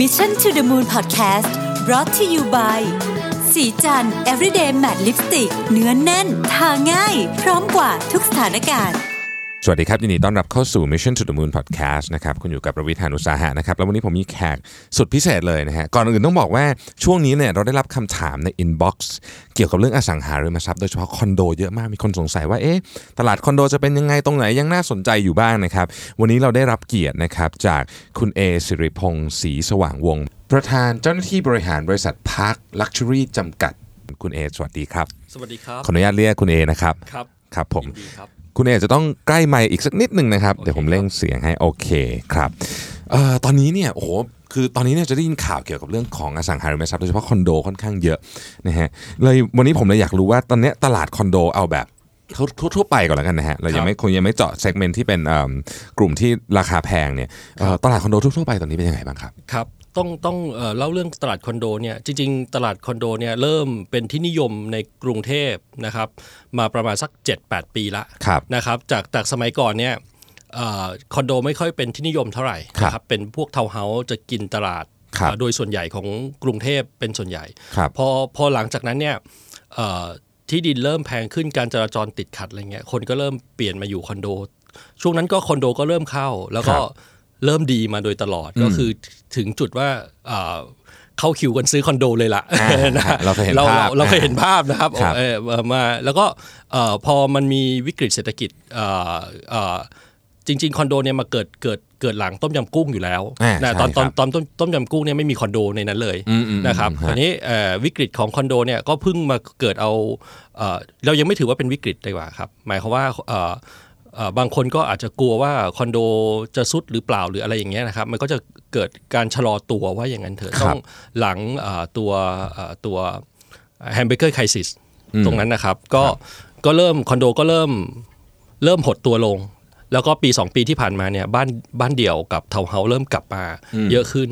Mission to the Moon Podcast brought to you by สีจัน everyday matte lipstick เนื้อนแน่น ทาง่าย พร้อมกว่าทุกสถานการณ์ สวัสดีครับยินดีต้อนรับเข้าสู่ Mission to the Moon Podcast นะครับคุณอยู่กับประวิทยานุสาหะนะครับแล้ววันนี้ผมมีแขกสุดพิเศษเลยนะฮะก่อนอื่นต้องบอกว่าช่วงนี้เนี่ยเราได้รับคำถามใน inbox เกี่ยวกับเรื่องอสังหาริมทรัพย์โดยเฉพาะคอนโดเยอะมากมีคนสงสัยว่าเอ๊ะตลาดคอนโดจะเป็นยังไงตรงไหนยังน่าสนใจอยู่บ้างนะครับวันนี้เราได้รับเกียรตินะครับจากคุณเอสิริพงศ์ศรีสว่างวงศ์ประธานเจ้าหน้าที่บริหารบริษัทพาร์คลักชัวรี่จำกัดคุณเอสวัสดีครับ สวัสดีครับ ขออนุญาตเรียกคุณเอนะครับ ครับ ครับผม ยินดีครับ คุณเอจะต้องใกล้ไมค์อีกสักนิดหนึ่งนะครับ เดี๋ยวผมเร่งเสียงให้โอเคครับเอ่อตอนนี้เนี่ยโอ้โหคือตอนนี้เนี่ยจะได้ยินข่าวเกี่ยวกับเรื่องของอสังหาริมทรัพย์โดยเฉพาะคอนโดค่อนข้างเยอะนะฮะเลยวันนี้ผมเลยอยากรู้ว่าตอนเนี้ยตลาดคอนโดเอาแบบทั่วทั่วไปก่อนแล้วกันนะฮะเรายังไม่คงยังไม่เจาะเซกเมนต์ที่เป็นเอิ่มกลุ่มที่ราคาแพงเนี่ยเอ่อตลาดคอนโดทั่วๆไปตอนนี้เป็นยังไงบ้างครับ ครับ ต้องต้องเอ่อเล่าเรื่องตลาดคอนโดเนี่ย จริง ๆ ตลาดคอนโดเนี่ยเริ่มเป็นที่นิยมในกรุงเทพนะครับ มาประมาณสัก 7-8 ปีละ ครับ นะครับ จากจากสมัยก่อนเนี่ยเอ่อคอนโดไม่ค่อยเป็นที่นิยมเท่าไหร่ ครับ นะเป็นพวกทาวน์เฮาส์จะกินตลาด ครับ เอ่อโดยส่วนใหญ่ของกรุงเทพเป็นส่วนใหญ่ ครับ พอพอหลังจากนั้นเนี่ยเอ่อที่ดินเริ่มแพงขึ้นการจราจรติดขัดอะไรเงี้ยคนก็เริ่มเปลี่ยนมาอยู่คอนโด ช่วงนั้นก็คอนโดก็เริ่มเข้า แล้วคก็รับ เริ่มดีมาโดยตลอดก็คือถึงจุดว่าเอ่อเข้าคิวกันซื้อคอนโดเลยละ อ่า นะ เราเคยเห็นภาพ เราเราเคยเห็นภาพนะครับ ครับ เอ่อเอ่อมาแล้วก็เอ่อพอมันมีวิกฤตเศรษฐกิจเอ่อเอ่อจริง ๆ คอนโดเนี่ยมาเกิดเกิดเกิดหลังต้มยำกุ้งอยู่แล้ว อ่า นะ ใช่ ตอนตอน ครับ ตอนต้มต้มยำกุ้งเนี่ยไม่มีคอนโดในนั้นเลย อืมอืม นะครับ อืมฮะ คราวนี้เอ่อวิกฤตของคอนโดเนี่ยก็เพิ่งมาเกิดเอาเอ่อเรายังไม่ถือว่าเป็นวิกฤตดีกว่าครับ หมายความว่าเอ่อเอ่อบางคนก็อาจจะกลัวว่าคอนโดจะซุดหรือเปล่าหรืออะไรอย่างเงี้ยนะครับมันก็จะเกิดการชะลอตัวว่าอย่างนั้นเถอะ ครับ ต้องหลังเอ่อตัวเอ่อตัวแฮมเบอร์เกอร์ไครซิสตรงนั้นนะครับก็ก็เริ่มคอนโดก็เริ่มเริ่มหดตัวลง แล้วก็ปี 2 ปีที่ผ่านมาเนี่ยบ้านบ้านเดี่ยวกับทาวน์เฮาส์เริ่มกลับมาเยอะขึ้น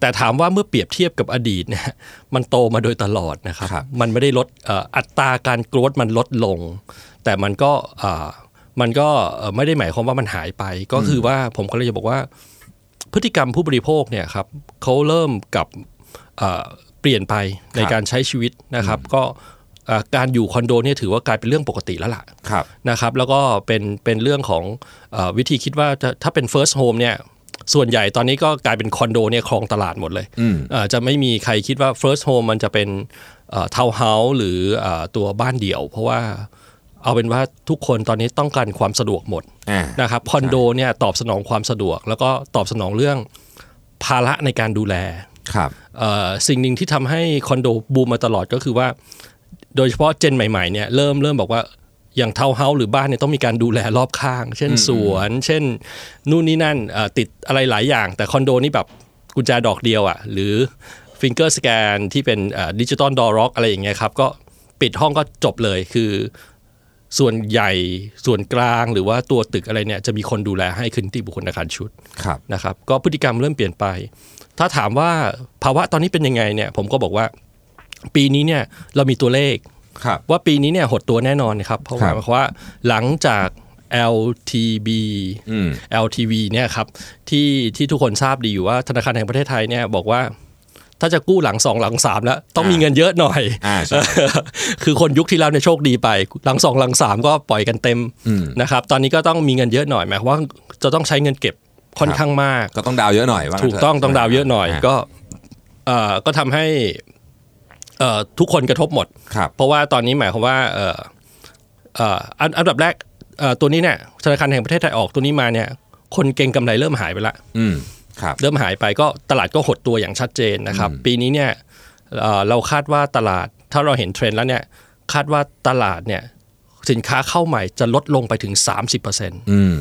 แต่ถามว่าเมื่อเปรียบเทียบกับอดีตเนี่ย มันโตมาโดยตลอดนะครับ ครับ มันไม่ได้ลดเอ่ออัตราการกรอดมันลดลง แต่มันก็เอ่อมันก็เอ่อไม่ได้หมายความว่ามันหายไป ก็คือว่าผมก็เลยจะบอกว่า พฤติกรรมผู้บริโภคเนี่ยครับเขาเริ่มกับเอ่อเปลี่ยนไปใน ครับ การใช้ชีวิตนะครับ ก็เอ่อการอยู่คอนโดเนี่ยถือว่ากลายเป็นเรื่องปกติแล้วล่ะ ครับ นะครับแล้วก็เป็นเป็นเรื่องของเออวิธีคิดว่าจะถ้าเป็น first home เนี่ยส่วนใหญ่ตอนนี้ก็กลายเป็นคอนโดเนี่ยครองตลาดหมดเลยเอ่อจะไม่มีใครคิดว่า first home มันจะเป็นทาวน์เฮาส์หรือเออตัวบ้านเดี่ยว เพราะว่าเอาเป็นว่าทุกคนตอนนี้ต้องการความสะดวกหมด อ่าน นะครับคอนโดเนี่ยตอบสนองความสะดวก แล้วก็ตอบสนองเรื่องภาระในการดูแล ครับ เอ่อสิ่งหนึ่งที่ทำให้คอนโดบูมมาตลอดก็คือว่า โดยเฉพาะเจนใหม่ๆเนี่ยเริ่มเริ่มบอกว่าอย่างเทาวน์เฮาส์หรือบ้านเนี่ยต้องมีการดูแลรอบข้าง เช่นสวน เช่น นู่นนี่นั่นเอ่อติดอะไรหลายอย่าง แต่คอนโดนี่แบบกุญแจดอกเดียวอะ่ะหรือฟิงเกอร์สแกนที่เป็นดิจิตอลดอร็อกอะไรอย่างเงี้ยครับ ก็ปิดห้องก็จบเลยคือ ส่วนใหญ่ส่วนกลางหรือว่าตัวตึกอะไรเนี่ยจะมีคนดูแลให้ขึ้นที่บุคคลอาคารชุด ครับ นะครับก็พฤติกรรมเริ่มเปลี่ยนไป ถ้าถามว่าภาวะตอนนี้เป็นยังไงเนี่ยผมก็บอกว่า ปีนี้เนี่ยเรามีตัวเลข ครับ ว่าปีนี้เนี่ยหดตัวแน่นอนนะครับเพราะ ครั ว่า บ หมายความว่าหลังจาก LTB LTV เนี่ยครับที่ที่ทุกคนทราบดีอยู่ว่าธนาคารแห่งประเทศไทยเนี่ยบอกว่า ถ้าจะกู้หลังสองหลังสามแล้ว ต้องมีเงินเยอะหน่อย อ่าใช่ คือคนยุคที่แล้วเนี่ยโชคดีไป หลังสองหลังสามก็ปล่อยกันเต็มนะครับตอนนี้ก็ต้องมีเงินเยอะหน่อยหมายความว่าจะต้องใช้เงินเก็บค่อน ครับ ข้างมาก ก็ต้องดาวเยอะหน่อยว่า ถู น ก เถะ ต้องต้องดาวเยอะหน่อยก็เอ่อก็ทำให้เอ่อทุกคนกระทบหมด ครับ เพราะว่าตอนนี้หมายความว่าเอ่อเอ่ออันอันดับแรกเอ่อตัวนี้เนี่ยธนาคารแห่งประเทศไทยออกตัวนี้มาเนี่ย คนเก่งกำไรเริ่มหายไปละ อืมครับ เริ่มหายไปก็ตลาดก็หดตัวอย่างชัดเจนนะครับ ปีนี้เนี่ยเอ่อเราคาดว่าตลาดถ้าเราเห็นเทรนด์แล้วเนี่ยคาดว่าตลาดเนี่ยสินค้าเข้าใหม่จะลดลงไปถึง 30% อืม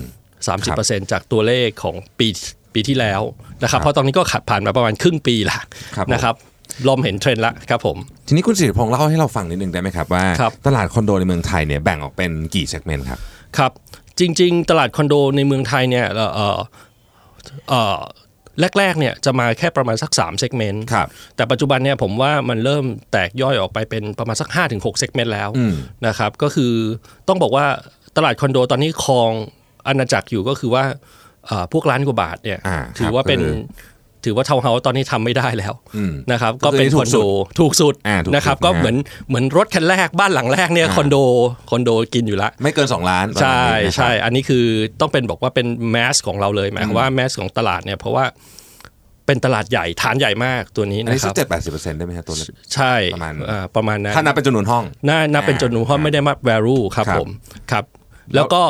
30%จากตัวเลขของปีปีที่แล้วนะครับ เพราะตอนนี้ก็ขัดผ่านมาประมาณครึ่งปีละ ครับผม นะครับลอมเห็นเทรนด์ละครับผม ทีนี้คุณสิริพงษ์เล่าให้เราฟังนิดนึงได้ไหมครับว่า ครับ ตลาดคอนโดในเมืองไทยเนี่ยแบ่งออกเป็นกี่เซกเมนต์ครับ ครับจริง ๆ ตลาดคอนโดในเมืองไทยเนี่ยเอ่อเอ่อเอ่อแรกๆเนี่ยจะมาแค่ประมาณสัก3เซกเมนต์ ครับ แต่ปัจจุบันเนี่ยผมว่ามันเริ่มแตกย่อยออกไปเป็นประมาณสัก 5-6เซกเมนต์แล้วนะครับก็คือต้องบอกว่าตลาดคอนโดตอนนี้ครองอาณาจักรอยู่ก็คือว่าเอ่อพวกร้านกว่าบาทเนี่ย อ่าครับ ถือว่าเป็น คือ ถือว่าทาวน์เฮาส์ตอนนี้ทำไม่ได้แล้ว อืม นะครับ ก็ ก็ คือ เป็น ถู ค ก อน สุ โด ด ถูกสุด อ่าถูกสุด นะครับ นะฮะ ก็เหมือนเหมือนรถคันแรกบ้านหลังแรกเนี่ย อ่า คอนโดคอนโดกินอยู่ละ ไม่เกิน 2 ล้านประมาณ ใช่ นี้นะครับ ใช่ อันนี้คือต้องเป็นบอกว่าเป็นแมสของเราเลยหมายความว่าแมสของตลาดเนี่ยเพราะว่าเป็นตลาดใหญ่ฐานใหญ่มากตัวนี้ อัน นะ นี้ ค สั รั ก บ เจ็ดแปดสิบเปอร์เซ็นต์ได้ไหมฮะตัวนั้น ใช่ ประมาณ อ่ประมาณนั้น ถ้านับเป็นจำนวนห้อง น่านับเป็นจนหนูเพราะไม่ได้มา value ครับ ครับ ผมครับ แล้วก็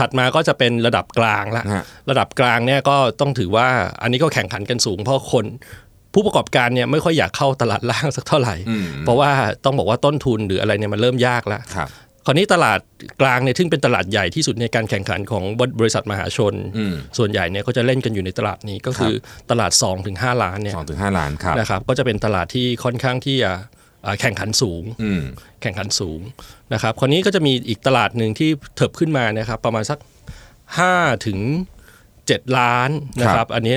ถัดมาก็จะเป็นระดับกลางละ ฮะ ระดับกลางเนี่ยก็ต้องถือว่าอันนี้ก็แข่งขันกันสูง เพราะคนผู้ประกอบการเนี่ยไม่ค่อยอยากเข้าตลาดล่างสักเท่าไหร่ อืม เพราะว่าต้องบอกว่าต้นทุนหรืออะไรเนี่ยมันเริ่มยากละ ครับ คราวนี้ตลาดกลางเนี่ยซึ่งเป็นตลาดใหญ่ที่สุดในการแข่งขันของบริษัทมหาชน อืม ส่วนใหญ่เนี่ยก็จะเล่นกันอยู่ในตลาดนี้ก็คือตลาด 2-5 ล้านเนี่ย สองถึงห้าล้านครับ นะครับก็จะเป็นตลาดที่ค่อนข้างที่จะอ่าแข่งขันสูง อืม แข่งขันสูงนะครับคราวนี้ก็จะมีอีกตลาดหนึ่งที่เถิบขึ้นมานะครับประมาณสัก5ถึง7ล้านนะค ครั รั บบ อันนี้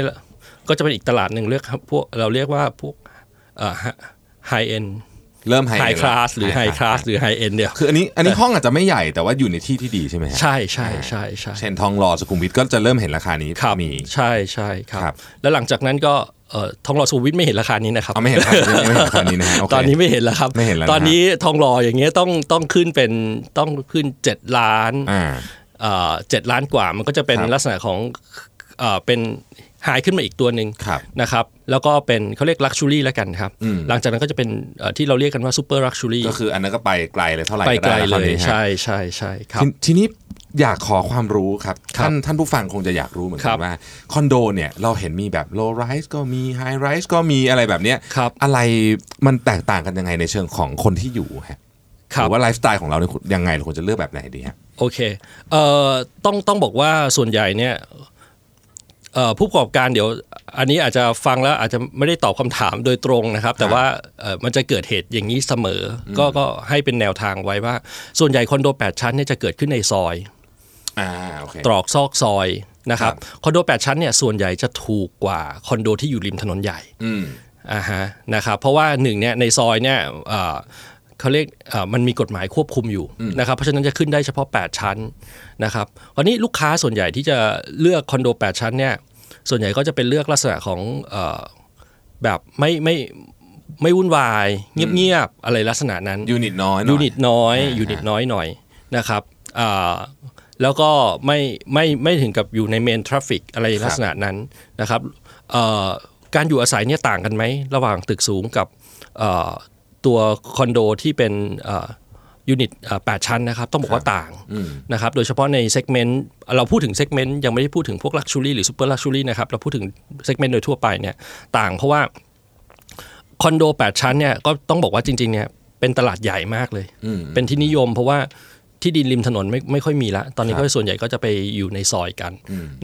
ก็จะเป็นอีกตลาดหนึ่งเรียกพวกเราเรียกว่าพวกไฮเอ็น เริ่มไฮ ไฮคลาสหรือไฮคลาสหรือไฮเอ็นเนี่ย คืออันนี้อันนี้ห้องอาจจะไม่ใหญ่แต่ว่าอยู่ในที่ที่ดีใช่ไหมฮะ ใช่ใช่ใช่ใช่ เช่นทองหล่อสุขุมวิทก็จะเริ่มเห็นราคานี้ ครับ มี ใช่ใช่ครั ครับ บ แล้วหลังจากนั้นก็เอ่อทองหล่อสุขุมวิทไม่เห็นราคานี้นะครับ เอาไม่เห็นราคานี้ไม่เห็นราคานี้นะฮะโเค ตอนนี้ไม่เห็นแล้วครับ ไม่เห็นแล้วนะ ตอนนี้ทองหล่ออย่างเงี้ยต้องต้องขึ้นเป็นต้องขึ้น 7 ล้าน อ่า เอ่อเจ็ดล้านกว่ามันก็จะเป็น ครับ ลักษณะของเอ่อเป็นหายขึ้นมาอีกตัวหนึ่ง ครับ นะครับ แล้วก็เป็นเขาเรียกลักชูรี่แล้วกันครับ อืม หลังจากนั้นก็จะเป็นเอ่อที่เราเรียกกันว่าซูเปอร์ลักชูรี่ ก็คืออันนั้นก็ไปไกลเลยเท่าไหร่ ไปไกล ด้นะค เล ราวนี้ ย ฮะ ใช่ใช่ใช่ครับ ทีทีนี้อยากขอความรู้ครับ ครับ ท่านท่านผู้ฟังคงจะอยากรู้เหมือนกัครั น บ ว่าคอนโดเนี่ยเราเห็นมีแบบ low rise ก็มี high rise ก็มีอะไรแบบเนี้ย ครับ อะไรมันแตกต่างกันยังไงในเชิงของคนที่อยู่ฮะ ครั ห บ รือว่าไลฟ์สไตล์ของเราเนี่ยยังไงเราควรจะเลือกแบบไหนดีฮะ โอเค เอ่อ ต้อง ต้องบอกว่าส่วนใหญ่เนี่ย เอ่อ ผู้ประกอบการเดี๋ยว อันนี้อาจจะฟังแล้วอาจจะไม่ได้ตอบคำถามโดยตรงนะครับ แต่ว่า เอ่อ มันจะเกิดเหตุอย่างนี้เสมอ ก็ ก็ให้เป็นแนวทางไว้ว่า ส่วนใหญ่คอนโด 8 ชั้นเนี่ยจะเกิดขึ้นในซอย อ่าโอเค ตรอกซอกซอยนะครับ ครั คอนโด 8 ชั้นเนี่ย ส่วนใหญ่จะถูกกว่าคอนโดที่อยู่ริมถนนใหญ่ อืม อ่าฮะนะครับเพราะว่าหนึ่งเนี่ยในซอยเนี่ยเอ่อเขาเรียกเอ่อมันมีกฎหมายควบคุมอยู่นะครับเพราะฉะนั้นจะขึ้นได้เฉพาะ 8 ชั้นนะครับวันนี้ลูกค้าส่วนใหญ่ที่จะเลือกคอนโด 8 ชั้นเนี่ยส่วนใหญ่ก็จะเป็นเลือกลักษณะของเอ่อแบบไม่ไม่ไม่วุ่นวาย เงียบๆอะไรลักษณะนั้น ยูนิตน้อยหอ ยูนิตน้อย อ่า ยูนิตน้อยหน่อยนะครับอ่าแล้วก็ไม่ไม่ไม่ถึงกับอยู่ในเมนทราฟิกอะไรลักษณะนั้นนะครับเอ่อการอยู่อาศัยเนี่ยต่างกันไหม ระหว่างตึกสูงกับเอ่อตัวคอนโดที่เป็นเอ่อยูนิตเอ่อแปดชั้นนะครับ ต้องบอกว่าต่าง อืม นะครับโดยเฉพาะในเซกเมนต์เราพูดถึงเซกเมนต์ยังไม่ได้พูดถึงพวกลักชูรี่หรือซูเปอร์ลักชูรี่นะครับเราพูดถึงเซกเมนต์โดยทั่วไปเนี่ยต่างเพราะว่า คอนโด 8 ชั้นเนี่ยก็ต้องบอกว่าจริงๆเนี่ยเป็นตลาดใหญ่มากเลย อืม เป็นที่นิยมเพราะว่าที่ดินริมถนนไม่ไม่ค่อยมีละ ตอนนี้ก็ส่วนใหญ่ก็จะไปอยู่ในซอยกัน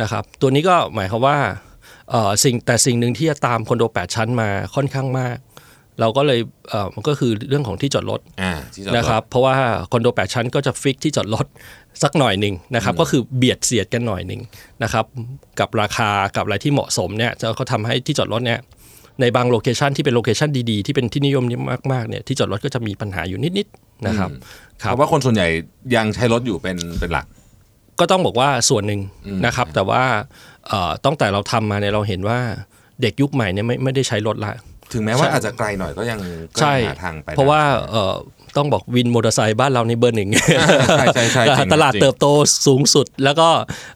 นะครับตัวนี้ก็หมายความว่าเอ่อสิ่งแต่สิ่งหนึ่งที่จะตามคอนโด 8 ชั้นมาค่อนข้างมาก เราก็เลยเอ่อมันก็คือเรื่องของที่จอดรถ อ่าที่จอดถ นะครับเพราะว่าคอนโด 8 ชั้นก็จะฟิกที่จอดรถ สักหน่อยหนึ่งนะครับก็คือเบียดเสียดกันหน่อยหนึ่งนะครับกับราคากับอะไรที่เหมาะสมเนี่ยจะเขาทำให้ที่จอดรถเนี่ยในบางโลเคชันที่เป็นโลเคชันดีๆ ที่เป็นที่นิยมมากๆเนี่ยที่จอดรถก็จะมีปัญหาอยู่นิดๆนะครับค เพ รับ ราะว่าคนส่วนใหญ่ยังใช้รถอยู่เป็นเป็นหลัก ก็ต้องบอกว่าส่วนหนึ่งนะครับ แต่ว่าเอ่อตั้งแต่เราทำมาเนี่ยเราเห็นว่าเด็กยุคใหม่เนี่ยไม่ไม่ได้ใช้รถละ ถึงแม้ว่า ใช่ อาจจะไกลหน่อยก็ยังก็ยัง ใช่ หาทางไป เพราะว่าเอ่อต้องบอกวินมอเตอร์ไซค์บ้านเราในเบอร์หนึ่ง ใช่ใช่ใช่จริง ตลาด จริง เติบโตสูงสุดแล้วก็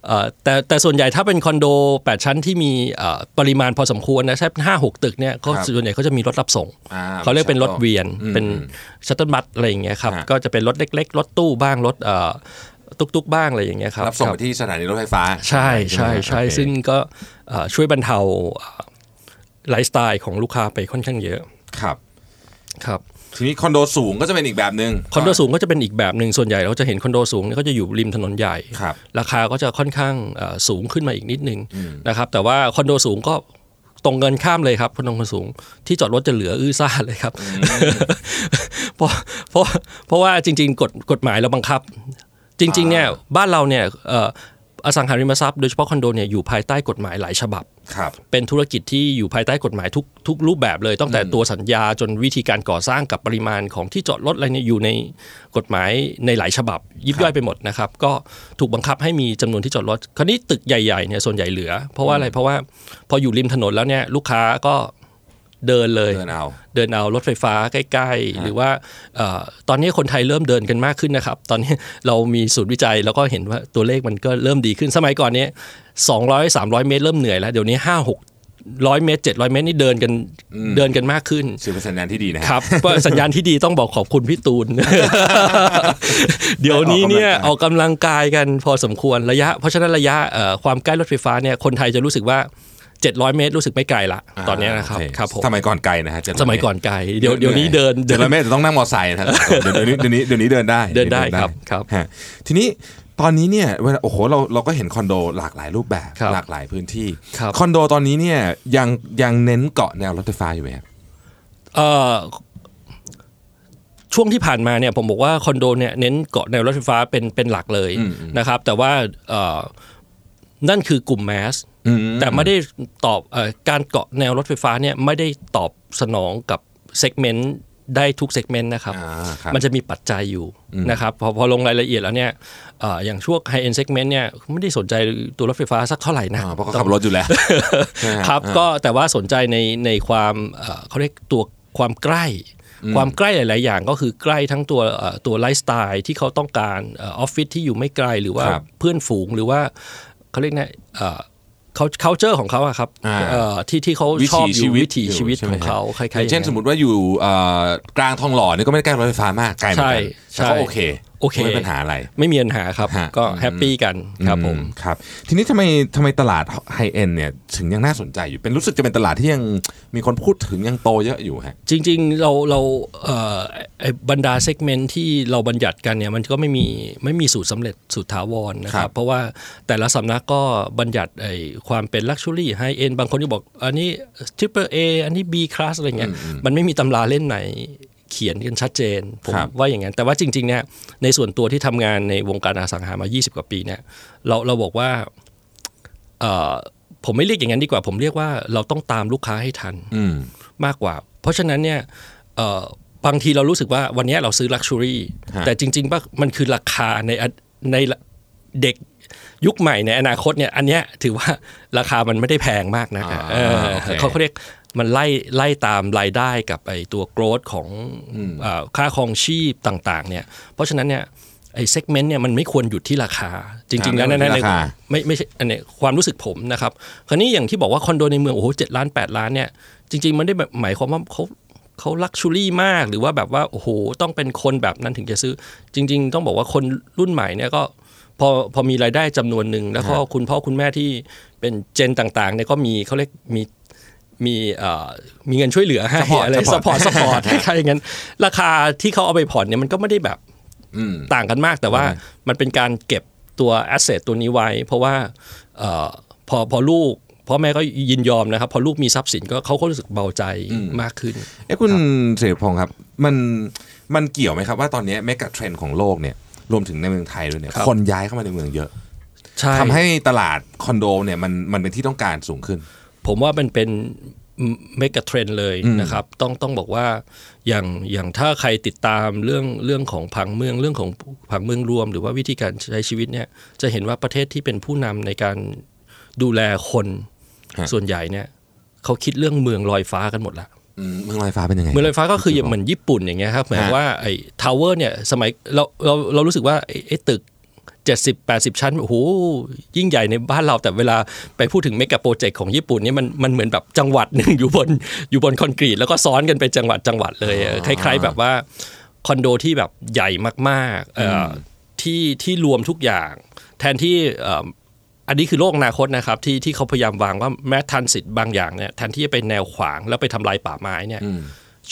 เอ่อแต่แต่ส่วนใหญ่ถ้าเป็นคอนโด 8 ชั้นที่มีเอ่อปริมาณพอสมควรนะใช่ห้าหกตึกเนี่ยก็ ครับ ส่วนใหญ่เขาจะมีรถรับส่ง อ่ เขาเรียกเป็นรถเวียน อืม เป็นชัตเติลบัสอะไรอย่างเงี้ยครับ ฮะ ก็จะเป็นรถเล็ก ๆ รถตู้บ้างรถเอ่อตุ๊กๆบ้างอะไรอย่างเงี้ยครับ รับส่ง ค ไปที่สถานีรถไฟฟ้า ใช่ใช่ใช่ โอเค ซึ่งก็เอ่อช่วยบรรเทาเอ่อไลฟ์สไตล์ของลูกค้าไปค่อนข้างเยอะ ครับ ครับ ทีนี้คอนโดสูงก็จะเป็นอีกแบบหนึ่ง คอนโดสูงก็จะเป็นอีกแบบหนึ่งส่วนใหญ่เราจะเห็นคอนโดสูงเนี่ยก็จะอยู่ริมถนนใหญ่ ครับ ราคาก็จะค่อนข้างเอ่อสูงขึ้นมาอีกนิดนึงนะครับแต่ว่าคอนโดสูงก็ตรงเงินข้ามเลยครับคอนโดสูง ที่จอดรถจะเหลืออื้อซ่าเลยครับ เพราะเพราะเพราะว่าจริง ๆ กฎกฎหมายเราบังคับ จริงๆเนี่ยบ้านเราเนี่ยเอ่อ อสังหาริมทรัพย์โดยเฉพาะคอนโดเนี่ยอยู่ภายใต้กฎหมายหลายฉบับ ครับ เป็นธุรกิจที่อยู่ภายใต้กฎหมายทุกทุกรูปแบบเลยตั้งแต่ตัวสัญญาจนวิธีการก่อสร้างกับปริมาณของที่จอดรถอะไรเนี่ยอยู่ในกฎหมายในหลายฉบับ ยิบย่อยไปหมดนะครับก็ถูกบังคับให้มีจำนวนที่จอดรถ คราวนี้ตึกใหญ่ๆเนี่ยส่วนใหญ่เหลือ เพราะว่าอะไรเพราะว่าพออยู่ริมถนนแล้วเนี่ยลูกค้าก็เดินเลย เดินเอา เดินเอารถไฟฟ้าใกล้ๆ หรือว่าเออตอนนี้คนไทยเริ่มเดินกันมากขึ้นนะครับ ตอนนี้เรามีศูนย์วิจัยแล้วก็เห็นว่าตัวเลขมันก็เริ่มดีขึ้นสมัยก่อนเนี้ย200 300 เมตรเริ่มเหนื่อยแล้ว เดี๋ยวนี้ 5 6 0 0 เมตร 700 เมตรนี่เดินกันเดินกันมากขึ้น สื่อเป็นสัญญาณที่ดีนะฮะ ครับ ก็สัญญาณที่ดีต้องบอกขอบคุณพี่ตู น เดี๋ยวนี้เนี่ย ได้อ อ อ อก ก กำลังกาย กำลังกายกันพอสมควรระยะ เพราะฉะนั้นระยะเอ่อความใกล้รถไฟฟ้าเนี่ยคนไทยจะรู้สึกว่า 700 เมตรรู้สึกไม่ไกลละตอนเนี้ยนะครับ โเ ครับผม สมัยก่อนไกลนะฮะ700 สมัยก่อนไกลเดี๋ยวเดี๋ยวนี้เดิน เดิ เดิ น น ละเมตรจะต้องนั่งมอไซค์นะฮะ เดี๋ยวนี้เดี๋ยวนี้เดี๋ยวนี้เดินได้ เดินได้ครับครับ ฮะทีนี้ตอนนี้เนี่ยเวลาโอ้โหเราเราก็เห็นคอนโดหลากหลายรูปแบบ ครับ หลากหลายพื้นที่ ครับ คอนโดตอนนี้เนี่ยยังยังเน้นเกาะแนวรถไฟฟ้าอยู่ไหมครับ เอ่อช่วงที่ผ่านมาเนี่ยผมบอกว่าคอนโดเนี่ยเน้นเกาะแนวรถไฟฟ้าเป็นเป็นหลักเลย อืมอืม นะครับ แต่ว่าเอ่อนั่นคือกลุ่มแมส อืม แต่ไม่ได้ตอบเออการเกาะแนวรถไฟฟ้าเนี่ยไม่ได้ตอบสนองกับเซกเมนต์ได้ทุกเซกเมนต์นะครับ อ่าครับ มันจะมีปัจจัยอยู่นะครับพอพอลงรายละเอียดแล้วเนี่ยเอ่ออย่างช่วงไฮเอ็นเซกเมนต์เนี่ยไม่ได้สนใจตัวรถไฟฟ้าสักเท่าไหร่นะ อ่าเพราะเขาขับรถอยู่แล้ว ใช่ไหมฮะ ครับก็แต่ว่าสนใจในในความเอ่อเขาเรียกตัวความใกล้ ความใกล้หลาย ๆ อย่างก็คือใกล้ทั้งตัวเอ่อตัวไลฟ์สไตล์ที่เขาต้องการเออออฟฟิศที่อยู่ไม่ไกลหรือว่า ครับ เพื่อนฝูงหรือว่าเขาเรียกนะเอ่อเขา culture ของเขาอะครับ อ่า เอ่อที่ที่เขา วิ ชอ ถี บอ ชี ยู่ วิต วิถีชีวิต ใช่ ข ไหม อง ฮะ เขาคล้ายๆ ย่างเช่น ย่าง สมมติว่าอยู่เอ่อกลางทองหล่อนี่ก็ไม่ได้ใกล้รถไฟฟ้ามากไกลเหมือนกัน ใช่ แต่ก็โอเค โอเค ไม่มีปัญหาอะไร ไม่มีปัญหาครับ ฮะ ก็แฮปปี้กันครับผม อืครับ ทีนี้ทำไมทำไมตลาดไฮเอ็นเนี่ยถึงยังน่าสนใจอยู่เป็นรู้สึกจะเป็นตลาดที่ยังมีคนพูดถึงยังโตเยอะอยู่ฮะ จริงๆเราเราเอ่อไอ้บรรดาเซกเมนต์ที่เราบัญญัติกันเนี่ยมันก็ไม่มีไม่มีสูตรสำเร็จสูตรถาวรนะค ครั รับ บ เพราะว่าแต่ละสำนักก็บัญญัติไอ้ความเป็นลักชัวรี่ไฮเอ็นบางคนก็บอก อันนี้ทริปเปอร์เออันนี้ B class อะไรเงี้ยมันไม่มีตำราเล่นไหนเขียนกันชัดเจน ผม ครับ ว่าอย่างนั้น แต่ว่าจริงๆเนี่ยในส่วนตัวที่ทำงานในวงการอสังหามา 20 กว่าปีเนี่ยเราเราบอกว่าเอ่อผมไม่เรียกอย่างนั้นดีกว่า ผมเรียกว่าเราต้องตามลูกค้าให้ทัน อืม มากกว่า เพราะฉะนั้นเนี่ยเอ่อบางทีเรารู้สึกว่าวันเนี้ยเราซื้อลักชัวรี่ ฮะ แต่จริงๆป่ะมันคือราคาในอในเด็กยุคใหม่ในอนาคตเนี่ยอันเนี้ยถือว่าราคามันไม่ได้แพงมากนะ อ่า เออ โอเค เขาเขาเรียกมันไล่ไล่ตามรายได้กับไอตัวโกรดของเอ่อค่าครองชีพต่างๆเนี่ยเพราะฉะนั้นเนี่ยไอ้เซกเมนต์เนี่ยมันไม่ควรหยุดที่ราคา จริง ๆ แล้ว อ่าไม่ นั่น ควร ใน ที่ราคา ไม่ไม่ใช่อันเนี้ยความรู้สึกผมนะครับ คราวนี้อย่างที่บอกว่าคอนโดในเมืองโอ้โหเจ็ดล้านแปดล้านเนี่ยจริง ๆ มันได้แบบหมายความว่าเขาเขาลักชูรี่มากหรือว่าแบบว่าโอ้โหต้องเป็นคนแบบนั้นถึงจะซื้อ จริง ๆ ต้องบอกว่าคนรุ่นใหม่เนี่ยก็พอพอมีรายได้จำนวนหนึ่งแล้วก็คุณพ่อคุณแม่ที่เป็นเจนต่างๆเนี่ยก็มีเขาเรียกมีมีเอ่อมีเงินช่วยเหลือให้ Support อะไร support สปอร์ตสปอร์ตให้ใครอย่างนั้นราคาที่เขาเอาไปผ่อนเนี่ยมันก็ไม่ได้แบบ อืม ต่างกันมากแต่ว่ามันเป็นการเก็บตัวแอสเซทตัวนี้ไว้ เพราะว่าเอ่อพอพอลูกพ่อแม่ก็ยินยอมนะครับ พอลูกมีทรัพย์สินก็เขาก็รู้สึกเบาใจมากขึ้น เอ้คุณเสรีพงศ์ครับ มันมันเกี่ยวไหมครับว่าตอนนี้เมกะเทรนด์ของโลกเนี่ยรวมถึงในเมืองไทยด้วยเนี่ย ครับ คนย้ายเข้ามาในเมืองเยอะ ใช่ ทำให้ตลาดคอนโดเนี่ยมันมันเป็นที่ต้องการสูงขึ้น ผมว่ามันเป็นเมกะเทรนเลยนะครับ ต้องต้องบอกว่าอย่างอย่างถ้าใครติดตามเรื่องเรื่องของผังเมืองเรื่องของผังเมืองรวม หรือว่าวิธีการใช้ชีวิตเนี่ยจะเห็นว่าประเทศที่เป็นผู้นำในการดูแลคน ฮะ ส่วนใหญ่เนี่ยเขาคิดเรื่องเมืองลอยฟ้ากันหมดละ อืมเมืองลอยฟ้าเป็นยังไง เมืองลอยฟ้าก็คืออย่างเหมือนญี่ปุ่นอย่างเงี้ยครับหมายความว่าไอ้ทาวเวอร์เนี่ยสมัยเราเราเรารู้สึกว่าไอ้ไอ้ตึก 70 80 ชั้นโอ้โหยิ่งใหญ่ในบ้านเราแต่เวลาไปพูดถึงเมกะโปรเจกต์ของญี่ปุ่นเนี่ยมันมันเหมือนแบบจังหวัดหนึ่ง อยู่บนอยู่บนคอนกรีต แล้วก็ซ้อนกันเป็นจังหวัดจังหวัดเลยเออคล้าย ๆ แบบว่าคอนโดที่แบบใหญ่มากๆเอ่ออที่ที่รวมทุกอย่าง แทนที่เอ่อ อันนี้คือโลกอนาคตนะครับที่ที่เขาพยายามวางว่าแม้ทันสิทธิ์บางอย่างเนี่ยแทนที่จะไปแนวขวางแล้วไปทำลายป่าไม้เนี่ย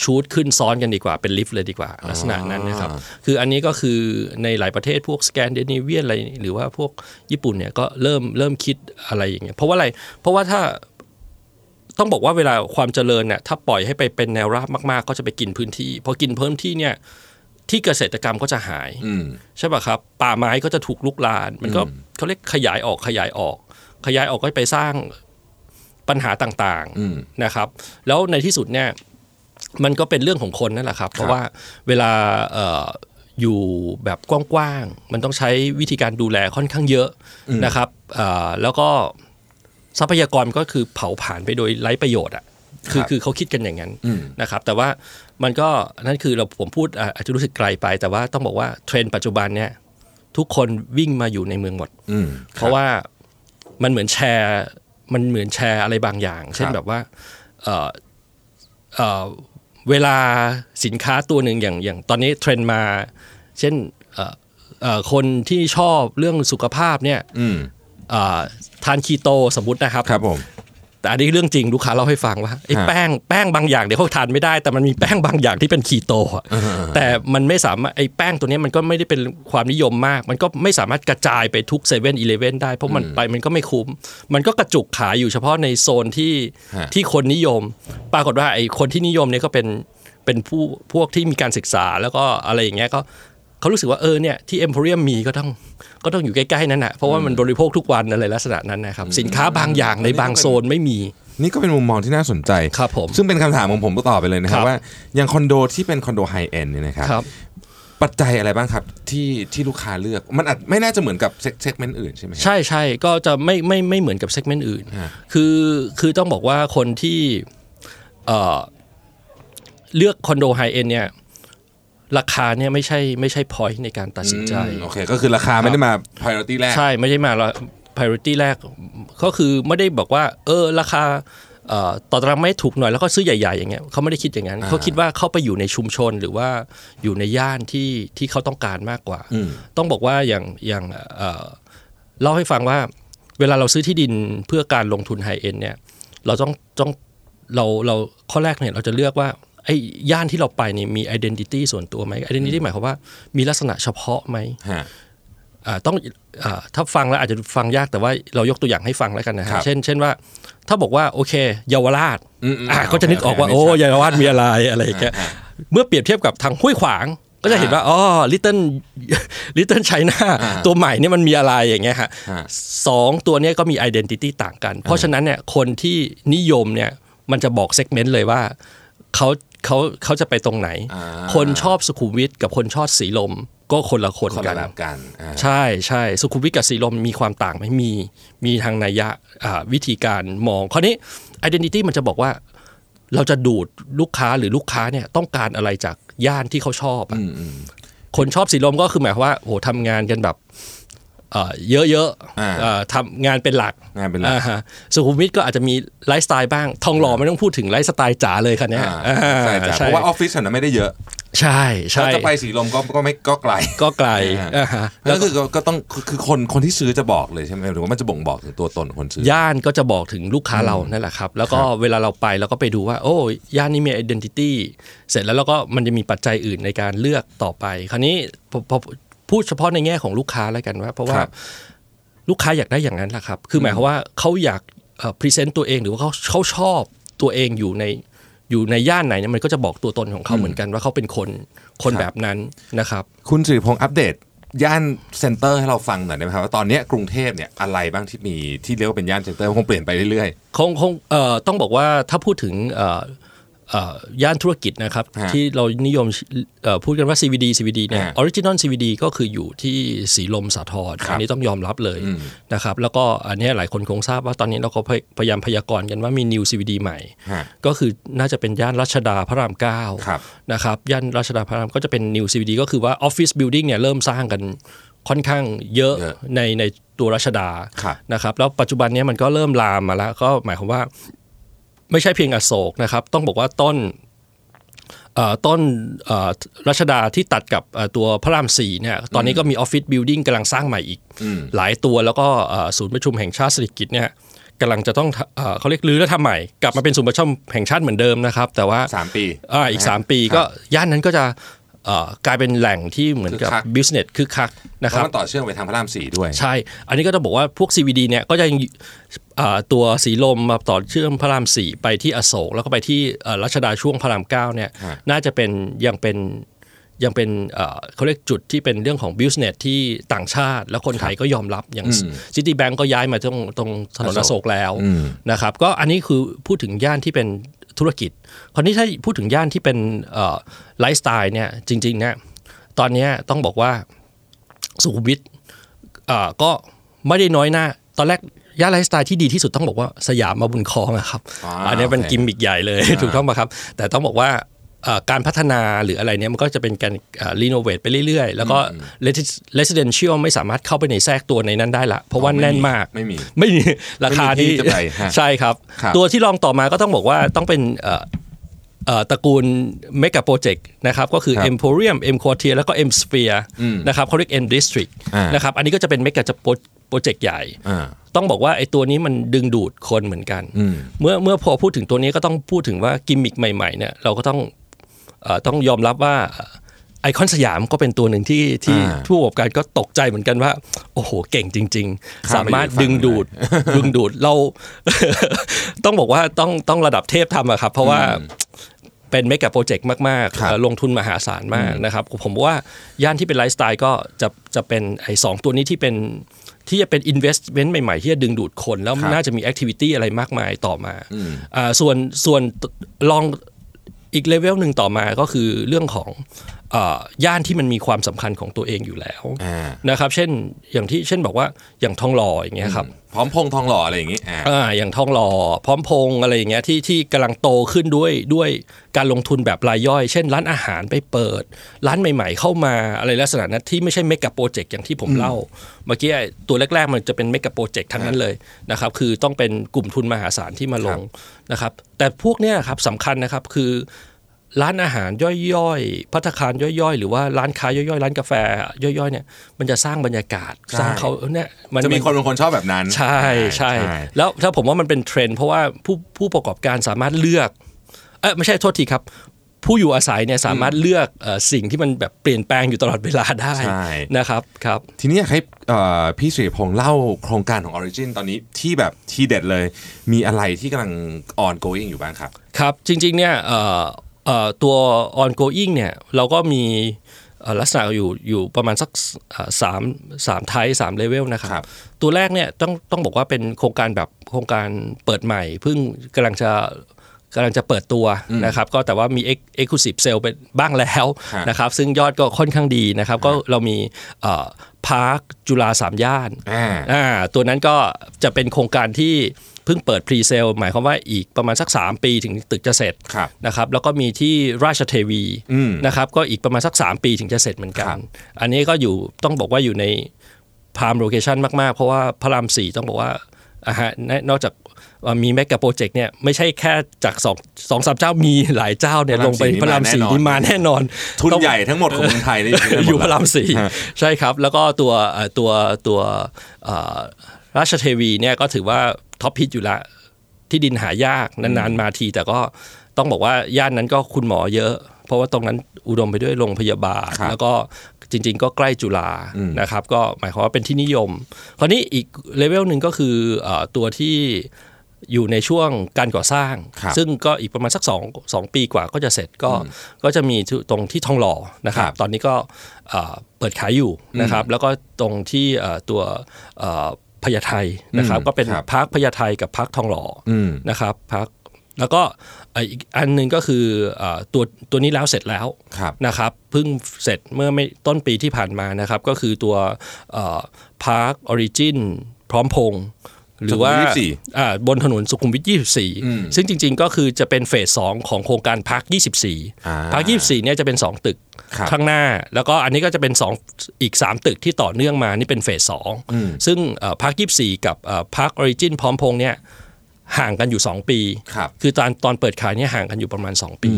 ชูดขึ้นซ้อนกันดีกว่าเป็นลิฟต์เลยดีกว่า ลักษณะนั้นนะครับ คืออันนี้ก็คือในหลายประเทศพวกสแกนดิเนเวียนอะไรหรือว่าพวกญี่ปุ่นเนี่ยก็เริ่มเริ่มคิดอะไรอย่างเงี้ยเพราะว่าอะไรเพราะว่าถ้าต้องบอกว่าเวลาความเจริญเนี่ยถ้าปล่อยให้ไปเป็นแนวราบมากๆ ก็จะไปกินพื้นที่พอกินพื้นที่เนี่ย ที่เกษตรกรรมก็จะหาย อืม ใช่ป่ะครับ ป่าไม้ก็จะถูกลุกลาน มันก็เขาเรียกขยายออกขยายออก ขยายออกก็ไปสร้างปัญหาต่าง อืม ๆนะครับ แล้วในที่สุดเนี่ยมันก็เป็นเรื่องของคนนั่นแหละครับ เพราะว่าเวลาเอ่ออยู่แบบกว้างๆมันต้องใช้วิธีการดูแลค่อนข้างเยอะนะครับเอ่อแล้วก็ทรัพยากรก็คือเผาผลาญไปโดยไร้ประโยชน์อ่ะคือคือเขาคิดกันอย่างนั้น อืม นะครับแต่ว่ามันก็นั่นคือเราผมพูดอ่ะอาจจะรู้สึกไกลไป แต่ว่าต้องบอกว่าเทรนด์ปัจจุบันเนี่ยทุกคนวิ่งมาอยู่ในเมืองหมด อืม เพราะว่ามันเหมือนแชร์มันเหมือนแชร์อะไรบางอย่าง เช่นแบบว่าเอ่อเอ่อเวลาสินค้าตัวหนึ่งอย่างอย่างตอนนี้เทรนด์มา เช่นเอ่อเอ่อคนที่ชอบเรื่องสุขภาพเนี่ย อืม เอ่อทานคีโตสมมตินะครับ ครับผม แต่อันนี้เรื่องจริงลูกค้าเล่าให้ฟังว่าไอ้ ฮะ แป้งแป้งบางอย่างเดี๋ยวเขาทานไม่ได้ แต่มันมีแป้งบางอย่างที่เป็นคีโตอะแต่มันไม่สามารถไอ้แป้งตัวเนี้ยมันก็ไม่ได้เป็นความนิยมมาก มันก็ไม่สามารถกระจายไปทุกเซเว่นอีเลเว่นได้เพราะมันไปมันก็ไม่คุ้ม มันก็กระจุกขายอยู่เฉพาะในโซนที่ ฮะ ที่คนนิยม ปรากฏว่าไอ้คนที่นิยมเนี่ยก็เป็นเป็นผู้พวกที่มีการศึกษาแล้วก็อะไรอย่างเงี้ยก็เขารู้สึกว่าเออเนี่ยที่เอ็มโพเรียมมีก็ต้องก็ต้องอยู่ใกล้ๆนั่นแหะเพราะว่ามันบริโภคทุกวันอะไรลักษณะนั้นนะครับสินค้าบางอย่างในบางโซนไม่มี นี่ก็เป็นมุมมองที่น่าสนใจ ครับผม ซึ่งเป็นคำถามของผมต่อไปเลยนะครับ ครับ ว่าอย่างคอนโดที่เป็นคอนโดไฮเอ็นเนี่ยนะครับ ครับ ปัจจัยอะไรบ้างครับที่ที่ลูกค้าเลือก มันอาจไม่น่าจะเหมือนกับเซกเซกเมนต์อื่นใช่ไหมครับ ใช่ใช่ก็จะไม่ไม่ไม่เหมือนกับเซกเมนต์อื่น ฮะ คือคือต้องบอกว่าคนที่เอ่อเลือกคอนโดไฮเอ็นเนี่ยราคาเนี่ยไม่ใช่ไม่ใช่ point ในการตัดสินใจ อืมโอเค ก็คือราคาไม่ได้มา priority แรก ใช่ไม่ใช่มาละ priority แรกก็คือไม่ได้บอกว่า เออราคาเอ่อต่อตารางไม่ถูกหน่อยแล้วก็ซื้อใหญ่ ๆ อย่างเงี้ยเขาไม่ได้คิดอย่างนั้นเขาคิดว่าเขาไปอยู่ในชุมชนหรือว่าอยู่ในย่านที่ที่เขาต้องการมากกว่า อืม ต้องบอกว่าอย่างอย่างเอ่อเล่าให้ฟังว่าเวลาเราซื้อที่ดินเพื่อการลงทุนไฮเอ็นเนี่ยเราต้องต้องเราเราข้อแรกเนี่ยเราจะเลือกว่าไอ้ย่านที่เราไปเนี่ยมี identity ส่วนตัวไหม identity หมายความว่ามีลักษณะเฉพาะไหม ฮะ อ่าต้องอาถ้าฟังแล้วอาจจะฟังยากแต่ว่าเรายกตัวอย่างให้ฟังแล้วกันนะ ครั ฮะ บ เช่น เช่นว่า ถ้าบอกว่าโอเคเยาวราช อืมอืม อ่า โอเค ก็จะนึกออกว่า โอเค โอ้ อันนี้ชัด เยาวราชมีอะไรอะไรอย่างเงี้ยเมื่อเปรียบเทียบกับทางห้วยขวาง ก็จะเห็นว่าอ๋อลิตเติ้ล ลิตเติ้ลไชน่า อ่า ตัวใหม่เนี่ยมันมีอะไรอย่างเงี้ยฮะ ฮะ สองตัวเนี้ยก็มีไอดีนิตี้ต่างกัน เพราะฉะนั้นเนี่ยคนที่นิยมเนี่ยมันจะบอกเซกเมนต์เลยว่าเขาเขาเขาจะไปตรงไหน อ่า คนชอบสุขุมวิทกับคนชอบสีลม ก็คนละคน คน กั ละ น แบบกันอ่า ใช่ใช่สุขุมวิทกับสีลมมีความต่างไหมมีมีทางนัยยะอ่าวิธีการมองข้อนี้ identity มันจะบอกว่า เราจะดูดลูกค้าหรือลูกค้าเนี่ยต้องการอะไรจากย่านที่เขาชอบอะคนชอบสีลมก็คือหมายความว่าโหทำงานกันแบบเอ่อเยอะ อ่า ๆเอ่อทำงานเป็นหลัก งานเป็นหลัก อ่ฮะสุขุมวิทก็อาจจะมีไลฟ์สไตล์บ้าง ทองหล่อไม่ต้องพูดถึงไลฟ์สไตล์จ๋าเลยค่ะเนี่ย อ่าใช่จ้ะเพราะว่าออฟฟิศฉันนะไม่ได้เยอะ ใช่ ถ้า ใช่ จะไปสีลมก็ก็ไม่ก็ไกล ก็ไกล อ่า อ่าฮะ แล้วคือก็ก็ต้องคือคือคนคนที่ซื้อจะบอกเลยใช่ไหมหรือว่ามันจะบ่งบอกถึงตัวตนคนซื้อ ย่านก็จะบอกถึงลูกค้าเรานั่นแหละครับ แล้วก็เวลาเราไปเราก็ไปดูว่า โอ้ย่านนี้มี identity เสร็จแล้วเราก็มันจะมีปัจจัยอื่นในการเลือกต่อไป คราวนี้พอพอพูดเฉพาะในแง่ของลูกค้าแล้วกันว่า เพราะว่า ครับ ลูกค้าอยากได้อย่างนั้นแหละครับ คือหมายความว่าเขาอยากพรีเซนต์ตัวเองหรือว่าเขาเขาชอบตัวเองอยู่ในอยู่ในย่านไหนเนี่ยมันก็จะบอกตัวตนของเขาเหมือนกันว่าเขาเป็นคนคน ครับ แบบนั้นนะครับ คุณสิริพงษ์อัปเดต ย่านเซ็นเตอร์ให้เราฟังหน่อยได้ไหมครับว่าตอนเนี้ยกรุงเทพเนี่ยอะไรบ้างที่มีที่เรียกว่าเป็นย่านเซ็นเตอร์คงเปลี่ยนไปเรื่อย คงคงเอ่อต้องบอกว่าถ้าพูดถึงเอ่อเอ่อย่านธุรกิจนะครับ ฮะ ที่เรานิยมเอ่อพูดกันว่า CVD CVD เนี่ย ฮะ ออริจินอล CVD ก็คืออยู่ที่สีลมสาทร ครับ อันนี้ต้องยอมรับเลยนะครับ แล้วก็อันเนี้ยหลายคนคงทราบว่าตอนนี้เราก็พยพยายามพยากรณ์กันว่ามี New CVD ใหม่ ฮะ ก็คือน่าจะเป็นย่านรัชดาพระราม ครับ 9นะครับย่านรัชดาพระรามก็จะเป็น New CVD ก็คือว่าออฟฟิศบิลดิ่งเนี่ยเริ่มสร้างกันค่อนข้างเยอะ เยอะ ในในตัวรัชดา ครับ นะครับแล้วปัจจุบันเนี้ยมันก็เริ่มลามมาแล้ว ก็หมายความว่าไม่ใช่เพียงอโศกนะครับ ต้องบอกว่าต้นเอ่อต้นเอ่อรัชดาที่ตัดกับเอ่อตัวพระรามสี่เนี่ยตอนนี้ก็มีออฟฟิศบิลดิ่งกำลังสร้างใหม่อีก หลายตัวแล้วก็เอ่อศูนย์ประชุมแห่งชาติเศรษฐกิจเนี่ยกำลังจะต้องทำเอ่อเขาเรียกรื้อและทำใหม่ กลับมาเป็นศูนย์ประชุมแห่งชาติเหมือนเดิมนะครับ แต่ว่า ๆสามปี อ่าอีก 3 ปีก็ย่านนั้นก็จะเอ่อกลายเป็นแหล่งที่เหมือนกับ คึกคัก บิสเนสคึกคักนะ เพ ครั ราะ บ มันต่อเชื่อมไปทางพระรามสี่ด้วย ใช่ อันนี้ก็ต้องบอกว่าพวก CVD เนี่ยก็จะยังอ่าตัวสีลมมาต่อเชื่อมพระรามสี่ไปที่อโศก แล้วก็ไปที่เอ่อรัชดาช่วงพระรามเก้าเนี่ย ฮะ น่าจะเป็นยังเป็น ยังเป็นเอ่อเขาเรียกจุดที่เป็นเรื่องของ business ที่ต่างชาติ แล้วคนไทยก็ยอมรับอย่าง City Bank ก็ย้ายมาตรงตรงถนนอโศกแล้วนะครับก็อันนี้คือพูดถึงย่านที่เป็นธุรกิจคราวนี้ถ้าพูดถึงย่านที่เป็นไลฟ์สไตล์เนี่ยจริงๆเนี่ยตอนเนี้ยต้องบอกว่าสุขุมวิท อ่าก็ไม่ได้น้อยหน้า ตอนแรกย่านไลฟ์สไตล์ที่ดีที่สุดต้องบอกว่าสยามมาบุญคลองอะครับ อ่า อันนี้เป็น โอเค กิมมิกใหญ่เลย ถูกต้องไหมครับ แต่ต้องบอกว่าเอ่อการพัฒนาหรืออะไรเนี้ยมันก็จะเป็นการรีโนเวทไปเรื่อยๆ แล้วก็เลสเดนเชียลไม่สามารถเข้าไปในแทรกตัวในนั้นได้ละ เพราะว่าแน่นมาก ไม่มี ไม่มี ราคาที่ ที่จะไปฮะ ใช่ครับ ครับ ตัวที่ลองต่อมาก็ต้องบอกว่าต้องเป็นเอ่อเอ่อตระกูลเมกะโปรเจกต์นะครับก็คือ Emporium M Quartier แล้วก็ M Sphere นะครับเขาเรียก M District อ่าน นะครับอันนี้ก็จะเป็นเมกะโปรเจกต์ใหญ่ อ่า ต้องบอกว่าไอ้ตัวนี้มันดึงดูดคนเหมือนกัน เมื่อเมื่อพอพูดถึงตัวนี้ก็ต้องพูดถึงว่ากิมมิคใหม่ๆเนี่ยเราก็ต้องเออต้องยอมรับว่าไอคอนสยามก็เป็นตัวหนึ่งที่ที่ อ่า ผู้ประกอบการก็ตกใจเหมือนกันว่า โอ้โหเก่งจริง ๆ ข้าม สา ไปอยู่ มารถ อีกฝั่ง ดึงดูดดึงดูดเรา ต้องบอกว่าต้องต้องระดับเทพทำอะครับ เพราะว่าเป็นเมกะโปรเจกต์มาก ครับๆเอ่อลงทุนมหาศาลมากนะครับ ผมว่าย่านที่เป็นไลฟ์สไตล์ก็จะจะเป็นไอสองตัวนี้ที่เป็น ที่จะเป็น investment ใหม่ ๆ ที่จะดึงดูดคน แล้ว ครับ น่าจะมี activity อะไรมากมายต่อมาอ่าส่วนส่วนลองอีกเลเวลหนึ่งต่อมาก็คือเรื่องของอ่าย่านที่มันมีความสำคัญของตัวเองอยู่แล้ว อ่าน นะครับ เช่นอย่างที่เช่นบอกว่าอย่างทองหล่ออย่างเงี้ยครับ พร้อมพงษ์ทองหล่ออะไรอย่างงี้อ่า อ่าอย่างทองหล่อพร้อมพงษ์อะไรอย่างเงี้ยที่ที่กำลังโตขึ้นด้วยด้วยการลงทุนแบบรายย่อย เช่น ร้านอาหารไปเปิด ร้านใหม่ ๆ เข้ามาอะไรลักษณะนั้นที่ไม่ใช่เมกะโปรเจกต์อย่างที่ผมเล่า เมื่อกี้ไอ้ตัวแรก ๆ มันจะเป็นเมกะโปรเจกต์ทั้งนั้นเลยนะครับคือต้องเป็นกลุ่มทุนมหาศาลที่มาลงนะครับ แต่พวกเนี้ยครับสำคัญนะครับคือ ร้านอาหารย่อยๆพัตตาคารย่อยๆ หรือว่าร้านค้าย่อยๆ ร้านกาแฟย่อยๆเนี่ยมันจะสร้างบรรยากาศ ใช่ สร้างเขาเนี่ยน จะมีคนบางคนชอบแบบนั้น ใช่ใช่แล้วถ้าผมว่ามันเป็นเทรนด์เพราะว่าผู้ผู้ประกอบการสามารถเลือกเออไม่ใช่โทษทีครับ ผู้อยู่อาศัยเนี่ยสามารถเลือกเอ่อสิ่งที่มันแบบเปลี่ยนแปลงอยู่ตลอดเวลาได้ ใช่ นะครับครับ ทีนี้อยากให้เอ่อพี่สิริพงษ์เล่าโครงการของ Origin ตอนนี้ที่แบบที่เด็ดเลย มีอะไรที่กำลัง ongoing อยู่บ้างครับ ครับจริงๆเนี่ยเอ่อเอ่อตัว ongoing เนี่ยเราก็มีเอ่อลักษณะอยู่อยู่ประมาณสักเอ่อสามสามไทยสามเลเวลนะครับ ครับ ตัวแรกเนี่ยต้องต้องบอกว่าเป็นโครงการแบบโครงการเปิดใหม่เพิ่งกำลังจะกำลังจะเปิดตัวนะครับก็แต่ว่ามี ex- exclusive sale เป็นบ้างแล้ว ครับ นะครับซึ่งยอดก็ค่อนข้างดีนะครับก็เรามีพาร์คจุฬาสามย่าน อ่า อ่าตัวนั้นก็จะเป็นโครงการที่เพิ่งเปิดพรีเซลหมายความว่าอีกประมาณสัก 3 ปีถึงตึกจะเสร็จ ครับ นะครับแล้วก็มีที่ราชเทวี อืม นะครับก็อีกประมาณสัก 3 ปีถึงจะเสร็จเหมือนกั ครั น บ อันนี้ก็อยู่ต้องบอกว่าอยู่ในพามโลเคชันมาก ๆ เพราะว่าพระรามสี่ต้องบอกว่าอ่าฮะแน่นอกจากว่ามีแมกกะโปรเจกต์เนี่ยไม่ใช่แค่จากสองสองสามเจ้ามีหลายเจ้าเนี่ยลงไปพระรามสี่นี่มาแน่นอน ทุนใหญ่ทั้งหมดของเมืองไทยนี่อยู่ที่นั่นหมด อยู่พระราม แ สี่ใช่ครับ แล้วก็ตัวเอ่อตัวตัวเอ่อราชเทวีเนี่ยก็ถือว่าท็อปฮิตอยู่ละที่ดินหายากนานๆมาที แต่ก็ต้องบอกว่าย่านนั้นก็คุณหมอเยอะ เพราะว่าตรงนั้นอุดมไปด้วยโรงพยาบาล ครับ แล้วก็จริง ๆ ก็ใกล้จุฬานะครับ ก็หมายความว่าเป็นที่นิยม คราวนี้อีกเลเวลหนึ่งก็คือเอ่อตัวที่อยู่ในช่วงการก่อสร้าง ครับ ซึ่งก็อีกประมาณสัก2 2ปีกว่าก็จะเสร็จก็ก็จะมีที่ตรงที่ทองหล่อนะครับ ตอนนี้ก็เอ่อเปิดขายอยู่นะครับ แล้วก็ตรงที่เอ่อตัวเอ่อพญาไทนะครับ อืม ก็เป็น ครับ พาร์คพญาไทกับพาร์คทองหล่ออ ม นะครับพาร์คแล้วก็เอ่ออีกอันหนึ่งก็คือเอ่อตัวตัวนี้แล้วเสร็จแล้ว ล้วครับ นะครับเพิ่งเสร็จเมื่อไม่ต้นปีที่ผ่านมานะครับ ก็คือตัวพาร์คออริจินพร้อมพงษ์หรือว่า สุขุมวิท อ่าบนถนนสุขุมวิท 24 ซึ่งจริงๆก็คือจะเป็นเฟส 2 ของโครงการพาร์ค 24 อ่ พาร์ค 24 เนี่ยจะเป็น 2 ตึก ครับ ข้างหน้า แล้วก็อันนี้ก็จะเป็น 2 อีก 3 ตึกที่ต่อเนื่องมานี่เป็นเฟส 2 ซึ่งพาร์ค 24 กับพาร์คออริจินพร้อมพงษ์เนี่ยห่างกันอยู่ 2 ปี ครับ คือตอนตอนเปิดขายเนี่ยห่างกันอยู่ประมาณ 2 ปี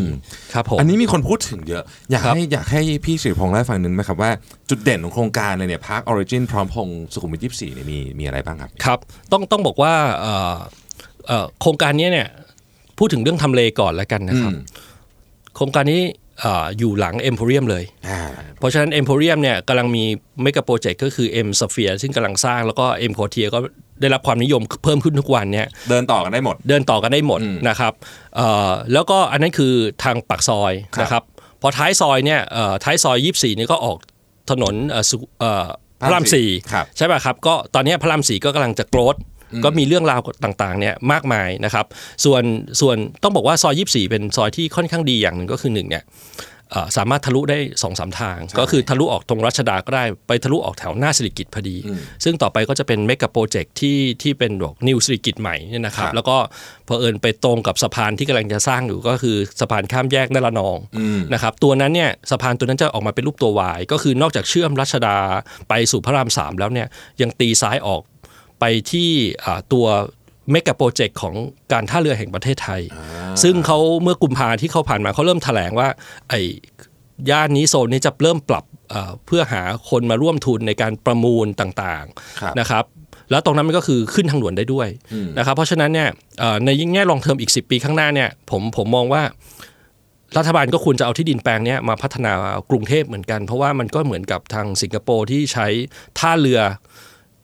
ครับผม อันนี้มีคนพูดถึงเยอะ อยาก ครับ ให้อยากให้พี่สิริพงษ์เล่าให้ฟังหนึ่งไหมครับว่าจุดเด่นของโครงการเลยเนี่ยพาร์คออริจินพร้อมพงษ์สุขุมวิทยี่สี่เนี่ยมีมีอะไรบ้างครับ ครับต้องต้องบอกว่าเอ่อเอ่อโครงการเนี้ยเนี่ยพูดถึงเรื่องทำเลก่อนแล้วกันนะครับ อืม โครงการนี้เอ่ออยู่หลัง e m p o r i u m เลย อ่า เพราะฉะนั้น e m p o r i u m เนี่ยกำลังมีเมกะโปรเจกต์ก็คือ M Sphere ซึ่งกำลังสร้างแล้วก็ M Quartier ก็ได้รับความนิยมเพิ่มขึ้นทุกวันเนี่ย เดินต่อกันได้หมด เดินต่อกันได้หมดนะครับเอ่อแล้วก็อันนั้นคือทางปากซอย ครับ นะครับ พอท้ายซอยเนี่ยเอ่อท้ายซอย 24เนี่ยก็ออกถนนเอ่อสุเอ่อพระรามสี่ ครับ ใช่ป่ะครับก็ตอนเนี้ยพระรามสี่ก็กำลังจะโกรธก็มีเรื่องราวต่างๆเนี่ยมากมายนะครับ ส่วนส่วนต้องบอกว่าซอย 24 เป็นซอยที่ค่อนข้างดีอย่างหนึ่งก็คือหนึ่งเนี่ยเอ่อสามารถทะลุได้สองสามทาง ก็คือทะลุออกตรงรัชดาก็ได้ไปทะลุออกแถวหน้าสิริกิตพอดี ซึ่งต่อไปก็จะเป็นเมกะโปรเจกต์ที่ที่เป็นแบบนิวสิริกิตใหม่เนี่ยนะครับ ครับ แล้วก็เผอิญไปตรงกับสะพานที่กำลังจะสร้างอยู่ก็คือสะพานข้ามแยกนละนอง อืม นะครับตัวนั้นเนี่ยสะพานตัวนั้นจะออกมาเป็นรูปตัววายก็คือนอกจากเชื่อมรัชดาไปสู่พระรามสามแล้วเนี่ยยังตีซ้ายออกไปที่อ่าตัวเมกะโปรเจกต์ของการท่าเรือแห่งประเทศไทย ซึ่งเขาเมื่อกุมภาที่เขาผ่านมาเขาเริ่มแถลงว่าไอ้ย่านนี้โซนนี้จะเริ่มปรับเอ่อเพื่อหาคนมาร่วมทุนในการประมูลต่าง ครับ ๆนะครับ แล้วตรงนั้นมันก็คือขึ้นทางด่วนได้ด้วยนะครับเพราะฉะนั้นเนี่ยเอ่อในยิ่งแง่ลองเทอมอีก 10 ปีข้างหน้าเนี่ยผมผมมองว่า รัฐบาลก็ควรจะเอาที่ดินแปลงเนี้ยมาพัฒนากรุงเทพเหมือนกัน เพราะว่ามันก็เหมือนกับทางสิงคโปร์ที่ใช้ท่าเรือ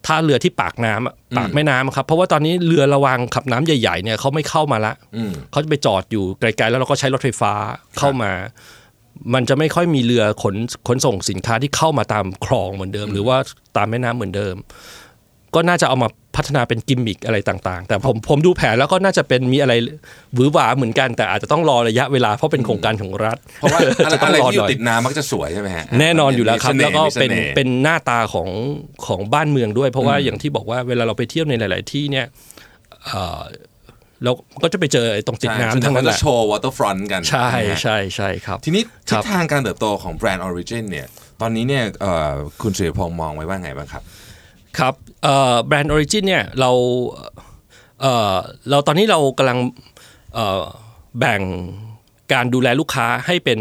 ท่าเรือที่ปากน้ำอะปากแม่น้ำอะครับเพราะว่าตอนนี้เรือระวางขับน้ำใหญ่ๆเนี่ยเขาไม่เข้ามาละ อืม เขาจะไปจอดอยู่ไกลๆแล้วเราก็ใช้รถไฟฟ้าเข้ามา มันจะไม่ค่อยมีเรือขนขนส่งสินค้าที่เข้ามาตามคลองเหมือนเดิม หรือว่าตามแม่น้ำเหมือนเดิม ก็น่าจะเอามาพัฒนาเป็นกิมมิคอะไรต่างๆ แต่ผมผมดูแผนแล้วก็น่าจะเป็นมีอะไรหวือหวาเหมือนกัน แต่อาจจะต้องรอระยะเวลาเพราะเป็นโครงการของรัฐ เพ ราะว่าอะไร จะต้ อะ อง ไร รอ ที่อ หยู่น่อย ติดน้ำมักจะสวยใช่ไหมฮะ แน่นอนอยู่แล้วครับ มีส แล้วก็เป็น มีสห์ เป็นหน้าตาของของบ้านเมืองด้วย เพราะว่าอย่างที่บอกว่าเวลาเราไปเที่ยวในหลาย ๆ ที่เนี่ยเอ่อเราก็จะไปเจอไอ้ตรงติด ใช่ น้ำทั้งนั้น ซึ่เขาแหละ จะโชว์ waterfront กัน ใช่ นะฮะ ใช่ใช่ครับ ทีนี้ ค ทิ รั ศ บ ทางการเติบโตของแบรนด์ออริจินเนี่ย ตอนนี้เนี่ยเอ่อคุณเสรีพงษ์มองไว้ว่าไงบ้างครับ ครับแบรนด์ออริจินเนี่ยเราเอ่อเราตอนนี้เรากำลังเอ่อแบ่งการดูแลลูกค้าให้เป็น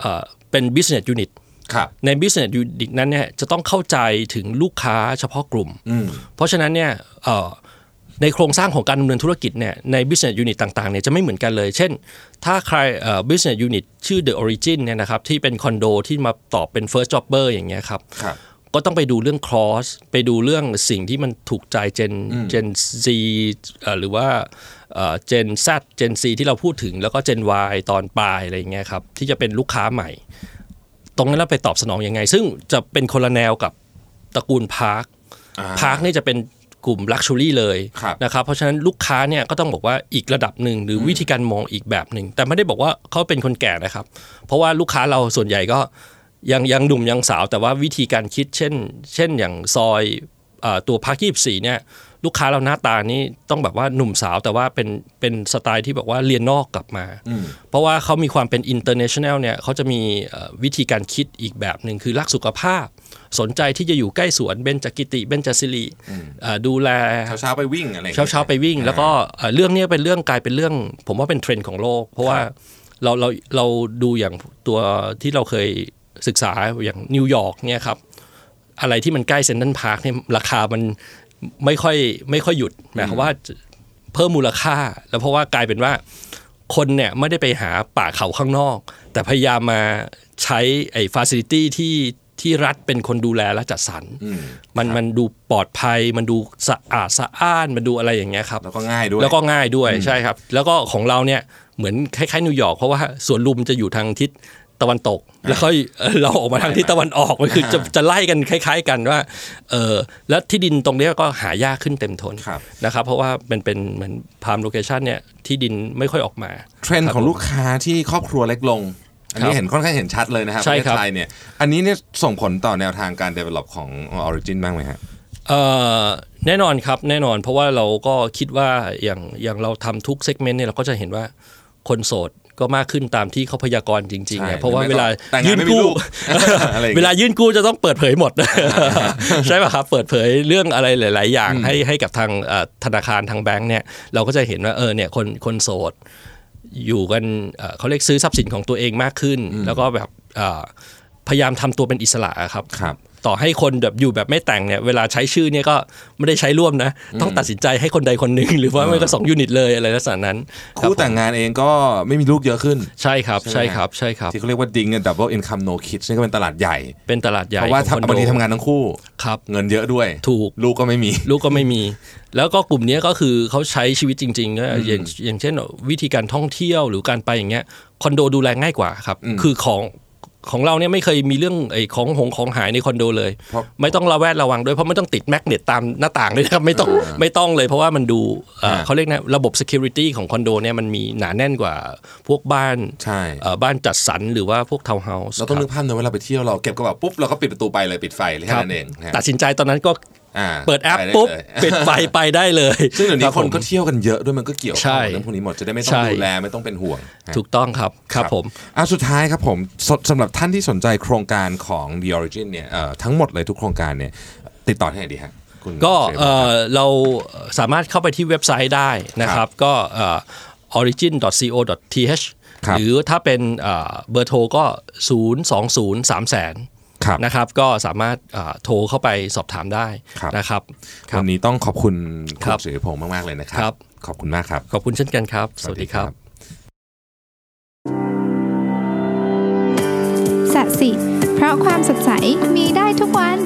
เอ่อเป็น business unit ครับ ใน business unit นั้นเนี่ยจะต้องเข้าใจถึงลูกค้าเฉพาะกลุ่ม อืม เพราะฉะนั้นเนี่ยเอ่อในโครงสร้างของการดำเนินธุรกิจเนี่ยใน business unit ต่างๆเนี่ยจะไม่เหมือนกันเลย เช่น ถ้าใครเอ่อ business unit ชื่อ The Origin เนี่ยนะครับที่เป็นคอนโดที่มาตอบเป็น first jobber อย่างเงี้ยครับ ครับ ก็ต้องไปดูเรื่อง cross ไปดูเรื่องสิ่งที่มันถูกใจ Gen Gen Z เอ่อหรือว่าเอ่อ Gen Z Gen C ที่เราพูดถึงแล้วก็ Gen Y ตอนปลายอะไรอย่างเงี้ยครับที่จะเป็นลูกค้าใหม่ ตรงนั้นเราไปตอบสนองยังไง ซึ่งจะเป็นคนละแนวกับตระกูลพาร์ค อ่า พาร์คนี่จะเป็นกลุ่มลักชัวรี่เลย ครับ นะครับเพราะฉะนั้นลูกค้าเนี่ยก็ต้องบอกว่าอีกระดับหนึ่งหรือวิธีการมองอีกแบบหนึ่งแต่ไม่ได้บอกว่าเขาเป็นคนแก่นะครับ เพราะว่าลูกค้าเราส่วนใหญ่ก็ ยังยังหนุ่มยังสาวแต่ว่าวิธีการคิดเช่น เช่นอย่างซอยเอ่อตัวพักยี่สี่เนี่ยลูกค้าเราหน้าตานี่ต้องแบบว่าหนุ่มสาวแต่ว่าเป็นเป็นสไตล์ที่แบบว่าเรียนนอกกลับมา เพราะว่าเขามีความเป็น international เนี่ยเขาจะมีเอ่อวิธีการคิดอีกแบบหนึ่งคือรักสุขภาพ สนใจที่จะอยู่ใกล้สวนเบญจกิติเบญจศิริเอ่อดูแล เช้าๆไปวิ่งอะไรอย่งงี้ย เช้าเช้าๆไปวิ่ง แล้วก็เอ่อเรื่องเนี้ยเป็นเรื่องกลายเป็นเรื่อง ผมว่าเป็นเทรนด์ของโลก เพราะว่าเราเราเราดูอย่างตัวที่เราเคยศึกษาอย่างนิวยอร์กเนี่ยครับ อะไรที่มันใกล้เซ็นทรัลพาร์คเนี่ยราคามันไม่ค่อยไม่ค่อยหยุดหมายความว่าเพิ่มมูลค่า แล้วเพราะว่ากลายเป็นว่าคนเนี่ยไม่ได้ไปหาป่าเขาข้างนอก แต่พยายามมาใช้ไอ้ฟาซิลิตี้ที่ที่รัฐเป็นคนดูแลและจัดสรร อืม มันมันดูปลอดภัย มันดูสะอาดสะอ้านมันดูอะไรอย่างเงี้ยครับ แล้วก็ง่ายด้วย แล้วก็ง่ายด้วยใช่ครับ แล้วก็ของเราเนี่ยเหมือนคล้ายๆนิวยอร์กเพราะว่าสวนลุมจะอยู่ทางทิศตะวันตก แล้วค่อย เอ่อเราออกมาทางทิศตะวันออกมันคือจะจะไล่กันคล้าย ๆ กันว่าเออแล้วที่ดินตรงเนี้ยก็หายากขึ้นเต็มทน ครับ นะครับ เพราะว่ามันเป็นเหมือนพามโลเคชันเนี่ยที่ดินไม่ค่อยออกมา เทรนด์ของลูกค้าที่ครอบครัวเล็กลง อันนี้ ครับ เห็นค่อนข้างเห็นชัดเลยนะครับ ใช่ครับ ปะเทศไทยเนี่ย อันนี้เนี่ยส่งผลต่อแนวทางการ develop ของ Origin บ้างไหมฮะ เอ่อแน่นอนครับแน่นอนเพราะว่าเราก็คิดว่าอย่างอย่างเราทำทุกเซกเมนต์เนี่ยเราก็จะเห็นว่าคนโสดก็มากขึ้นตามที่เขาพยากรณ์จริงๆเนี่ย ใช่ เพราะว่าเวลา แต่งงาน ยื่น ไม่มี กู้ ลูก อะไรอย่างเงี้ย เวลายื่นกู้จะต้องเปิดเผยหมด ใช่ป่ะครับเปิดเผยเรื่องอะไรหลาย ๆ อย่างให้ให้กับทางเอ่อธนาคารทางแบงค์เนี่ยเราก็จะเห็นว่าเออเนี่ยคนคนโสด อยู่กันเอ่อเขาเรียกซื้อทรัพย์สินของตัวเองมากขึ้น แล้วก็แบบเอ่อพยายามทำตัวเป็นอิสระครับ ครับ ต่อให้คนแบบอยู่แบบไม่แต่งเนี่ยเวลาใช้ชื่อเนี่ยก็ไม่ได้ใช้ร่วมนะ ต้องตัดสินใจให้คนใดคนหนึ่ง หรือว่าไม่ก็สองยูนิตเลยอะไรลักษณะนั้น คู่แต่งงานเองก็ไม่มีลูกเยอะขึ้น ใช่ครับ ใช่ ใช่ ไหม ครับใช่ครับ ที่เขาเรียกว่าดิง double income no kids นี่ก็เป็นตลาดใหญ่ เป็นตลาดใหญ่ เพราะว่า ขอคอนโด บางทีทำงานทั้งคู่ ครับ เงินเยอะด้วย ถูก ลูกก็ไม่มี ลูกก็ไม่มี แล้วก็กลุ่มเนี้ยก็คือเขาใช้ชีวิตจริงๆก็อย่างอย่างเช่น วิธีการท่องเที่ยวหรือการไปอย่างเงี้ย คอนโดดูแลง่ายกว่าครับ อืม คือของของเราเนี่ยไม่เคยมีเรื่องไอ้ของหงของหายในคอนโดเลย เพราะ ไม่ต้องระแวดระวังด้วยเพราะไม่ต้องติดแมกเนตตามหน้าต่างเลยนะครับไม่ต้องไม่ต้องเลยเพราะว่ามันดูเอ่อเขาเรียกนะระบบ security ของคอนโดเนี่ยมันมีหนาแน่นกว่าพวกบ้าน ใช่ เอ่อบ้านจัดสรรหรือว่าพวกทาวน์เฮาส์ เราต้องนึกภาพนะเวลาไปเที่ยวเราเก็บกระเป๋าปุ๊บเราก็ปิดประตูไปเลยปิดไฟเลย ค แค่ รับ นั้นเองนะฮะ ตัดสินใจตอนนั้นก็ อ่า เปิดแอป ไลย ปุ๊บ เล ปิ ย ดไฟไปได้เลย ซึ่งเดี๋ยวนี้คนก็เที่ยวกันเยอะด้วยมันก็เกี่ยวข้องกับเรื่องพวกนี้หมดจะได้ไม่ต้อ ใช่ งดูแลไม่ต้องเป็นห่วงนะฮะ ถูกต้องครับครับผม อ่ะสุดท้ายครับผมสสำหรับท่านที่สนใจโครงการของ The Origin เนี่ยเอ่อทั้งหมดเลยทุกโครงการเนี่ยติดต่อที่ไหนดีฮะคุณ ก็ เจมส์ เอ่อเราสามารถเข้าไปที่เว็บไซต์ได้นะครับ ก็เอ่อ origin.co.th ครับ หรือถ้าเป็นเอ่อเบอร์โทรก็ 0 2 0 3 0 0 0 ครับ นะครับ ก็สามารถเอ่อโทรเข้าไปสอบถามได้ ครับ นะครับ วันนี้ต้องขอบคุณคุ ครั ณ บ สิริพงศ์มาก ๆ เลยนะครั ครับ ขอบคุณมากครับ ขอบคุณเช่นกันครับ สวัสดีครับ สัสิ เพราะความสดใสมีได้ทุกวัน